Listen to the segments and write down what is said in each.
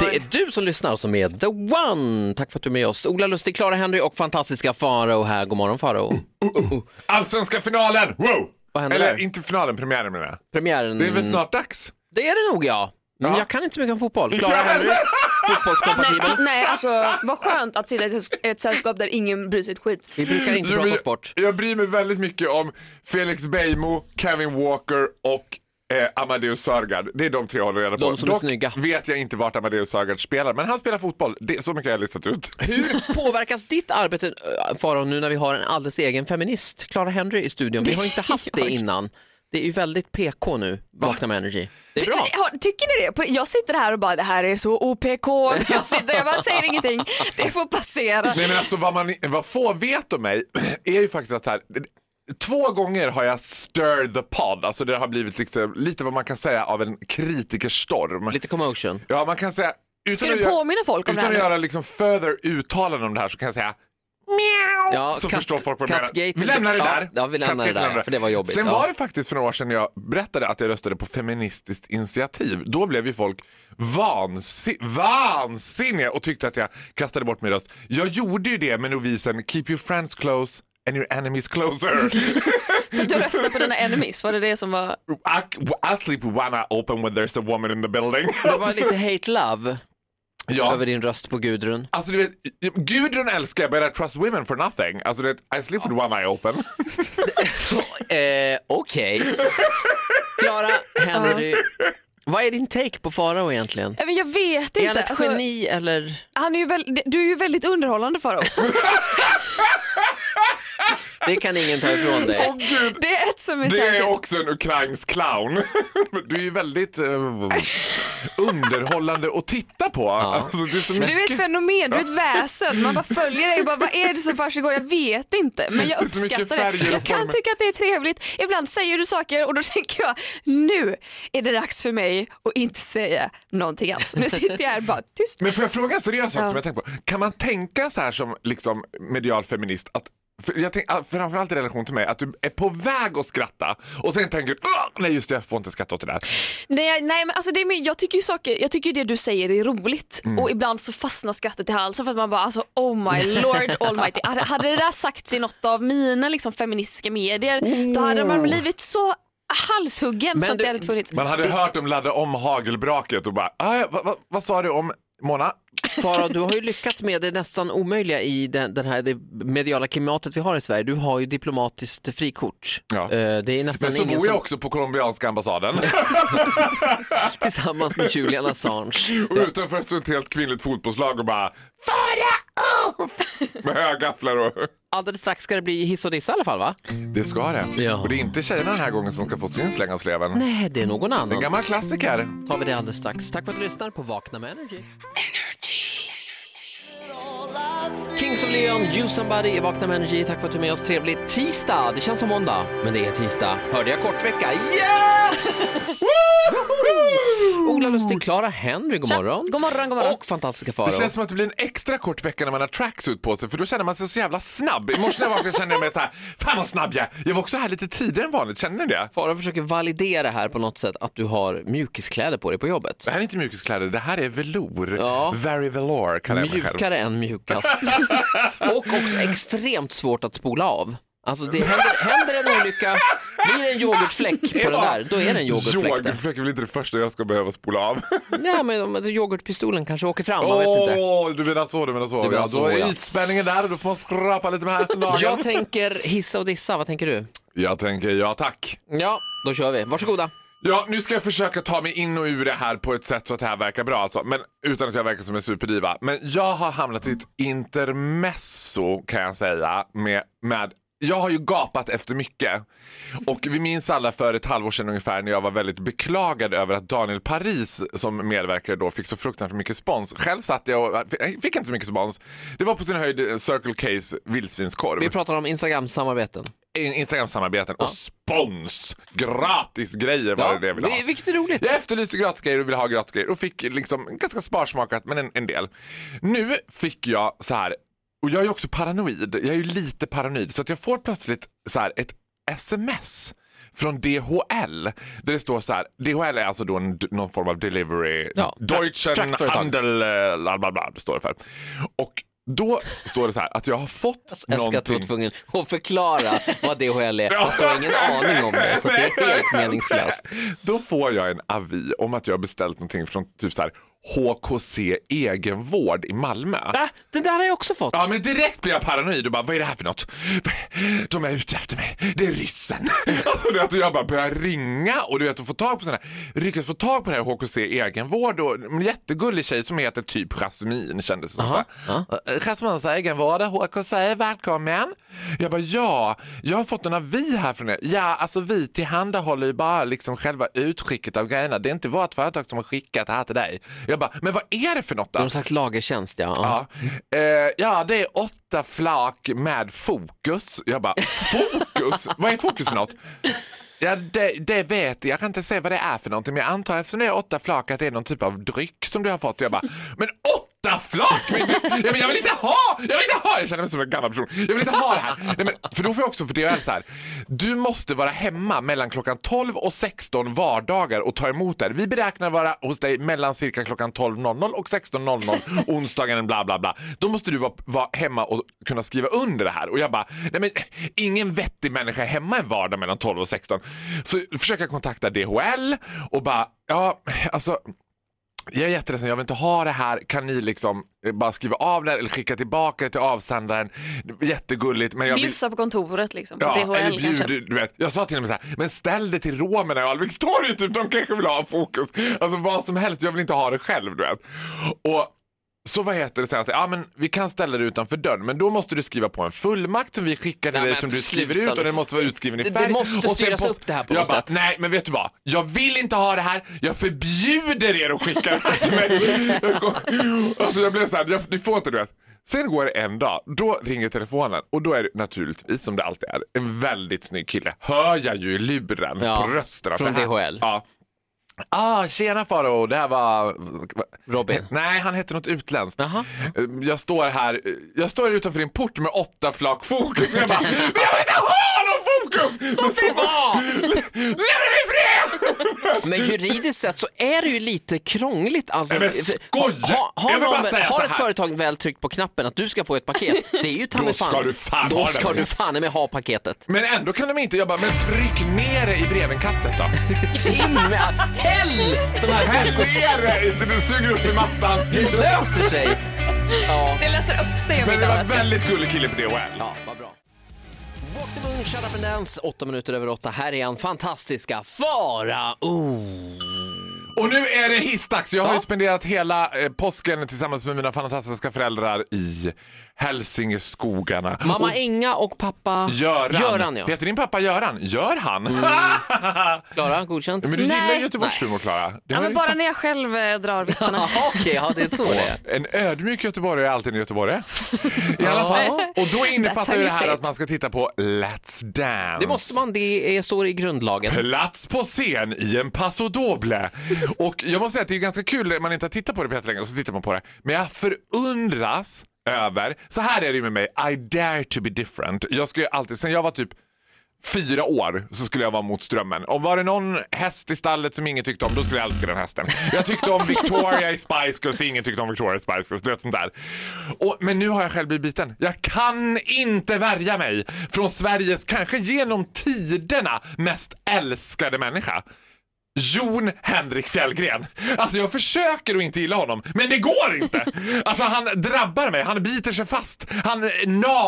det är du som lyssnar som är the one. Tack för att du är med oss. Ola Lustig, Clara Henry och fantastiska Faro här. God morgon Faro. Mm. Allsvenska finalen! Wow! Vad händer Eller där? Mm. inte finalen, premiären menar jag. Premiären. Det är väl snart dags? Det är det nog ja. Men Ja. jag kan inte så mycket om fotboll. Inte Clara jag Henry, heller. fotbollskompatibel. Nej, alltså vad skönt att sitta i ett- ett sällskap där ingen bryr sig ett skit. Vi brukar inte Jag prata bryr- sport. Jag bryr mig väldigt mycket om Felix Beijmo, Kevin Walker och eh, Amadeus Sörgard. Det är de tre jag håller reda på. De som är Dock snygga. vet jag inte vart Amadeus Sörgard spelar, men han spelar fotboll. Det, så mycket har jag listat ut. Hur påverkas ditt arbete, eh, Farao, nu när vi har en alldeles egen feminist, Clara Henry, i studion? Vi har inte haft det innan. Det är ju väldigt PK nu, Vakna med Energy. Det är bra. Ty- Alltså, har- Tycker ni det? På- Jag sitter här och bara det här är så OPK. Jag sitter jag bara säger ingenting. Det får passera. Nej men alltså vad, man, vad få vet om mig är ju faktiskt att så här, två gånger har jag stir the pod, alltså det har blivit liksom, lite vad man kan säga av en kritikerstorm. Lite commotion. Ja man kan säga, utan, Ska du göra, påminna folk om det utan här? att nu? göra liksom further uttalanden om det här så kan jag säga Mjau! Ja, så katt- förstår folk vad jag menar. kattgate- Vi lämnar det ja, där. ja, vi lämnar Kattgate det där, för det var jobbigt, Sen ja. var det faktiskt för några år sedan jag berättade att jag röstade på Feministiskt initiativ. Då blev ju folk vansi- vansinniga och tyckte att jag kastade bort min röst. Jag gjorde ju det med novisen Keep your friends close and your enemies closer. Så du röstar på dina enemies? Var det det som var? I, I sleep with one eye open when there's a woman in the building. Det var lite hate love ja. över din röst på Gudrun. Alltså du vet, Gudrun älskar jag, but I trust women for nothing. Alltså du vet, I sleep with one eye open. Eh, Okej. Clara Henry, vad är din take på Farao egentligen? Nej, men Jag vet Är han inte. ett Alltså, geni eller? han är ju väl... Du är ju väldigt underhållande Farao. Det kan ingen ta ifrån dig. Åh gud! Det är ett som är Det säkert. är också en ukrainsk clown. Men Du är ju väldigt eh, underhållande att titta på. Alltså, det är så mycket, Du är ett fenomen, du är ett väsen. Man bara följer dig och bara, vad är det som försiggår? Jag vet inte, men jag Det är så mycket uppskattar det. färger och Jag kan former. tycka att det är trevligt. Ibland säger du saker och då tänker jag, nu är det dags för mig att inte säga någonting alls. Nu sitter jag här bara tyst. men får jag fråga en seriös sak Ja. som jag tänkt på? Kan man tänka så här som liksom, medial feminist att för jag tänk, ah, framförallt i relation till mig, att du är på väg att skratta och sen tänker du "Åh, nej just det, jag får inte skratta åt det där. Nej, nej men alltså det är, mer- jag tycker ju saker, jag tycker ju det du säger är roligt Mm. och ibland så fastnar skrattet i halsen för att man bara alltså oh my lord almighty. Hade, hade det där sagts i något av mina liksom, feministiska medier då Oh. hade man blivit så halshuggen Men så att du- det hade inte funnits. Man hade hört dem ladda om hagelbraket och bara, "Ah, ja, vad, vad, vad sa du om Mona? Farao, du har ju lyckats med det nästan omöjliga i den, den här, det mediala klimatet vi har i Sverige. Du har ju diplomatiskt frikort. Ja. Eh, Det är nästan Men så ingen bor jag som också på colombianska ambassaden tillsammans med Julian Assange. och utanför står ett helt kvinnligt fotbollslag och bara Farao! Med högafflar och... Alldeles strax ska det bli hiss och diss i alla fall va? Det ska det. Ja. Och det är inte tjejerna den här gången som ska få sin släng av sleven. Nej, Mm, det är någon En annan. gammal klassiker. tar vi det alldeles strax. Tack för att du lyssnar på Vakna med Energy. Kings of Leon, You Somebody i Vakna med Energy. Tack för att du är med oss. Trevlig tisdag. Det känns som måndag, men det är tisdag. Hörde jag kortvecka? Yeah! Ola Lustig, Clara Henry, god Tja. morgon. God morgon, god morgon. Och fantastiska Det Farao. känns som att det blir en extra kort vecka när man har tracksuit på sig för då känner man sig så jävla snabb. I morse när jag vaknade kände jag mig så här, fan vad snabb jag är. Jag var också här lite tidigare än vanligt, känner ni det? Farao försöker validera här på något sätt att du har mjukiskläder på dig på jobbet. Det här är inte mjukiskläder, det här är velour. Ja. Very velour kallar jag mig själv. Mjukare än mjukast. Och också extremt svårt att spola av. Alltså det händer, händer en olycka, blir det en yoghurtfläck på den där, då är det en yoghurtfläck där. Yoghurtfläck är väl inte det första jag ska behöva spola av. Nej men om- yoghurtpistolen kanske åker fram, man vet inte. Åh, du menar så, du menar så. Du menar ja, så, då är ja. ytspänningen där och då får man skrapa lite med nageln. Jag tänker hissa och dissa, vad tänker du? jag tänker ja tack. Ja, då kör vi. Varsågoda. Ja, nu ska jag försöka ta mig in och ur det här på ett sätt så att det här verkar bra alltså. Men utan att jag verkar som en superdiva. Men jag har hamnat i ett intermezzo kan jag säga. Med, med, jag har ju gapat efter mycket. Och vi minns alla för ett halvår sedan ungefär när jag var väldigt beklagad över att Daniel Paris som medverkare då fick så fruktansvärt mycket spons. Själv satt jag och jag fick inte så mycket spons. Det var på sin höjd eh, Circle K's vildsvinskorv. Vi pratar om Instagram-samarbeten. In- Instagram-samarbeten och spons. Gratis grejer var Ja, det det jag ville ha. vi- vilket är roligt. Jag efterlyste gratisgrejer och ville ha gratisgrejer och fick liksom ganska sparsmakat men en, en del. Nu fick jag så här, och jag är ju också paranoid, jag är ju lite paranoid så att jag får plötsligt så här ett sms från DHL. Där det står så här, DHL är alltså då en, någon form av delivery, Ja, Deutschen fraktföretag. Handel, eh, bla bla bla, det står det för. Och då står det så här att jag har fått Alltså, Jag ska någonting. vara tvungen att förklara vad DHL är. Alltså, jag har ingen aning om Alltså, det, så det är helt meningslöst. Då får jag en avi om att jag har beställt någonting från typ så här HKC egenvård i Malmö. Äh, den där har jag också fått. Ja men direkt blir jag paranoid och bara vad är det här för något? De är ute efter mig, det är ryssen. Och det- och jag bara börjar ringa och du vet att få tag på sådana här, lyckas få tag på den här HKC egenvård och en jättegullig tjej som heter typ Jasmine kändes det som. Aha, Uh Jasmines egenvård, HKC, välkommen. Jag bara ja, jag har fått en avi här från er. Ja, alltså vi tillhandahåller ju bara liksom själva utskicket av grejerna. Det är inte vårt företag som har skickat det här till dig. Jag bara, men vad är det för något då? Någon slags lagertjänst ja. Ja. Eh, ja, det är åtta flak med fokus. Jag bara, fokus? vad är fokus för något? Ja, det, det vet jag. Jag kan inte säga vad det är för någonting, men jag antar eftersom det är åtta flak att det är någon typ av dryck som du har fått. Jag bara, men åtta flak? Men, du- ja, men jag vill inte ha! Jag vill inte ha! Jag känner mig som en gammal person. Jag vill inte ha det här. Nej, men, för då får jag också för det är så här. Du måste vara hemma mellan klockan 12 och 16 vardagar och ta emot det. här. Vi beräknar vara hos dig mellan cirka klockan 12.00 och 16.00 onsdagen bla bla bla. Då måste du vara, vara hemma och kunna skriva under det här. Och jag bara, nej men ingen vettig människa är hemma en vardag mellan 12 och 16. Så försöker jag kontakta DHL och bara, ja alltså jag är jätteledsen, jag vill inte ha det här. Kan ni liksom eh, bara skriva av det här eller skicka tillbaka det till avsändaren? Jättegulligt. Men jag vill... Bjussa på kontoret liksom, på Ja, eller DHL bjud, kanske. du vet. Jag sa till dem så här, men ställ det till romerna i Alvikstorget, typ, de kanske vill ha fokus. Alltså vad som helst, jag vill inte ha det själv. Du vet. Och så vad heter det sen? Så, ja, men vi kan ställa det utanför dörren, men då måste du skriva på en fullmakt som vi skickar Nej, till dig men som du sluta skriver ut nu. och den måste vara utskriven i Det- det färg. måste Och sen styras post- upp det här på jag något bara, sätt. Nej, men vet du vad? Jag vill inte ha det här. Jag förbjuder er att skicka det här till mig. Jag kom, alltså jag blev så här, jag, ni får inte du vet. Sen går det en dag, då ringer telefonen och då är det naturligtvis som det alltid är en väldigt snygg kille. Hör jag ju i luren Ja, på rösten. att från det här- DHL. Ja. Ah, tjena Faro, det här var... Robin. Nej, han hette något utländskt. Jaha. Eh, Jag står här jag står här utanför din port med åtta flak fokus. Jag bara, men jag vill inte ha någon fokus! Men så vara! Lämna mig i fred! Men juridiskt sett så är det ju lite krångligt. Alltså, Nej, men skoja! Ha, ha, Jag vill bara någon, säga så har ett här. företag väl tryckt på knappen att du ska få ett paket, det är ju ta Då mig fan. ska du fan Då ha det. ska du fan med ha paketet. Men ändå kan de inte, jag bara, men tryck ner det i brevinkastet då. In med Häll de här Häll fokus... ner det! Det suger upp i mattan. Det löser sig. Ja. Det läser upp sig om Men det var en stället. väldigt gullig kille på DHL. Ja, vad bra. Walk the moon, shut up and dance. Åtta minuter över åtta. Här är han, fantastiska Farao. Och nu är det hissdags. Jag har ju Ja. spenderat hela eh, påsken tillsammans med mina fantastiska föräldrar i Hälsingeskogarna. Mamma Inga och pappa Göran. Göran ja. Heter din pappa Göran? Gör han? Klara, godkänt? Men du gillar Nej. Göteborgshumor Klara. Det Ja, var men ju bara liksom- när jag själv eh, drar vitsarna. Jaha, Okej, ja, det är så det är. En ödmjuk göteborgare är alltid en göteborgare. I alla Ja. fall. Och då innefattar how ju you det här say att it. man ska titta på Let's Dance. Det måste man, det är, står i grundlagen. Plats på scen i en paso doble. Och jag måste säga att det är ganska kul när man inte har tittat på det på jättelänge och så tittar man på det. Men jag förundras över, så här är det ju med mig, I dare to be different. Jag ska ju alltid, sen jag var typ fyra år så skulle jag vara mot strömmen. Om var det någon häst i stallet som ingen tyckte om, då skulle jag älska den hästen. Jag tyckte om Victoria i Spice Girls, det ingen tyckte om Victoria i Spice Girls. Du vet sånt där. Och, men nu har jag själv blivit biten. Jag kan inte värja mig från Sveriges, kanske genom tiderna, mest älskade människa. Jon Henrik Fjällgren. Alltså jag försöker att inte gilla honom, men det går inte. Alltså han drabbar mig, han biter sig fast, han eh,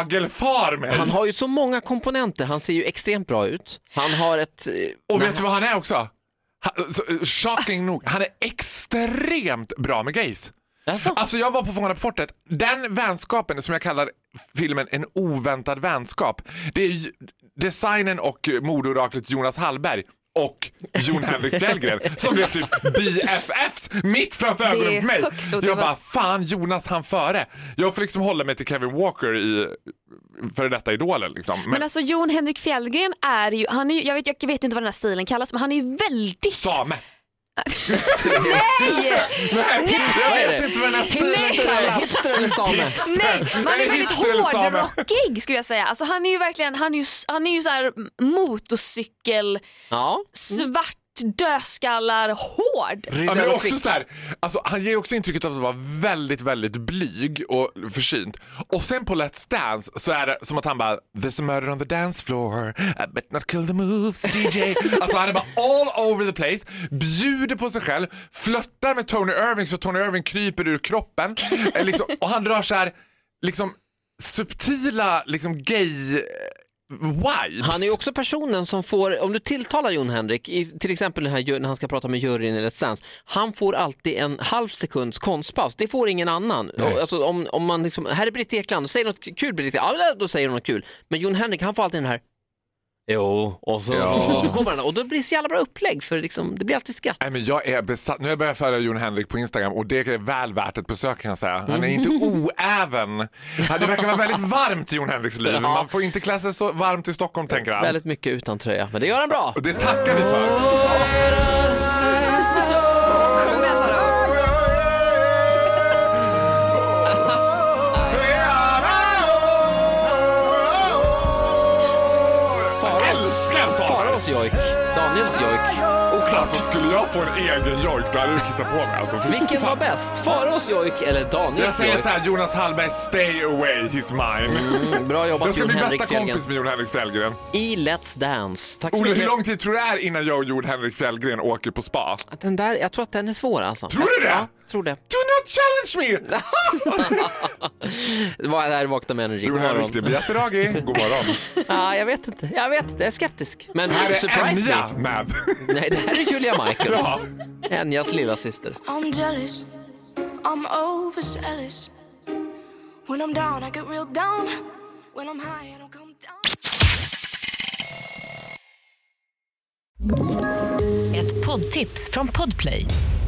nagelfar mig. Han har ju så många komponenter, han ser ju extremt bra ut. Han har ett... eh, Och vet du vad han är också? Han, så, eh, shocking nog, han är extremt bra med gays. Alltså, Alltså jag var på Fångarna på fortet, den vänskapen som jag kallar filmen En oväntad vänskap, det är ju designen och eh, modeoraklet Jonas Hallberg och Jon Henrik Fjällgren som blev typ BFFs mitt framför är ögonen på mig. högst Jag otippat. bara, fan Jonas han före. Jag får liksom hålla mig till Kevin Walker i före detta idolen liksom. Men, Men alltså Jon alltså- Henrik Fjällgren är ju, han är ju jag, vet, jag vet inte vad den här stilen kallas men han är ju väldigt same. Nej! Nej, jag vet Nej! inte vad den här stilen Hipster eller- hipster eller same? Nej, man Nej, är väldigt hipster eller same. hårdrockig skulle jag säga. Alltså han är ju verkligen, han är ju, han är ju så här motorcykel, Ja. svart, dödskallar, hård. Ja, Riddare men och också Fritz. så här, alltså, han ger också intrycket av att vara väldigt, väldigt blyg och försynt. Och sen på Let's Dance så är det som att han bara “There's a murder on the dance floor, I bet not kill the moves DJ”. alltså han är bara all over the place, bjuder på sig själv, flörtar med Tony Irving så Tony Irving kryper ur kroppen. Eh, liksom, och han drar så här, liksom subtila liksom gay eh, vibes. Han är ju också personen som får, om du tilltalar Jon Henrik, i, till exempel den här, ju- när han ska prata med juryn eller sens, han får alltid en halv sekunds konstpaus. Det får ingen annan. Och, Alltså, om, om man liksom, här är Britt Ekland, säg något kul Britt Ekland, ja, då säger hon något kul. Men Jon Henrik han får alltid den här Jo, och så, Ja. så kommer han och då blir det så jävla bra upplägg för liksom, det blir alltid skratt. Nej, men jag är besatt. Nu har jag börjat följa Jon Henrik på Instagram och det är väl värt ett besök kan jag säga. Han är Mm. inte oäven. Ja, Det verkar vara väldigt varmt i Jon Henriks liv. Man får inte klä sig så varmt i Stockholm tänker han. Väldigt mycket utan tröja, men det gör han bra. Och det tackar vi för. Sjung med Farao. Jag Älskar Sara! Faraos jojk, Daniels jojk. Oklart. Alltså, skulle jag få en egen jojk då hade du kissat på mig. Alltså, Fy Vilken var fan. bäst? Faraos jojk eller Jag Daniels säger jojk? så här, Jonas Hallberg, stay away, he's mine. Mm, bra jobbat Jag ska Jon bli Henrik bästa Fjällgren. kompis med Jon Henrik Fjällgren. i Let's Dance. Tack så Olle, mycket. hur lång tid tror du det är innan jag och Jon Henrik Fjällgren åker på spa? Den där, jag tror att den är svår alltså. Tror du det? Ja, tror det. Do not challenge me! Det var där Vakna med Energy. Jon God Henrik, det morgon. blir Yasuragi. God morgon. Ja, jag vet inte. Jag vet inte. Jag är skeptisk. Men Här är surprise Enya me. med. Nej, det här är Julia Michaels. Enjas lilla syster. I'm jealous. I'm overzealous. When I'm down, I get real down. When I'm high, I don't come down. Ett poddtips från Podplay.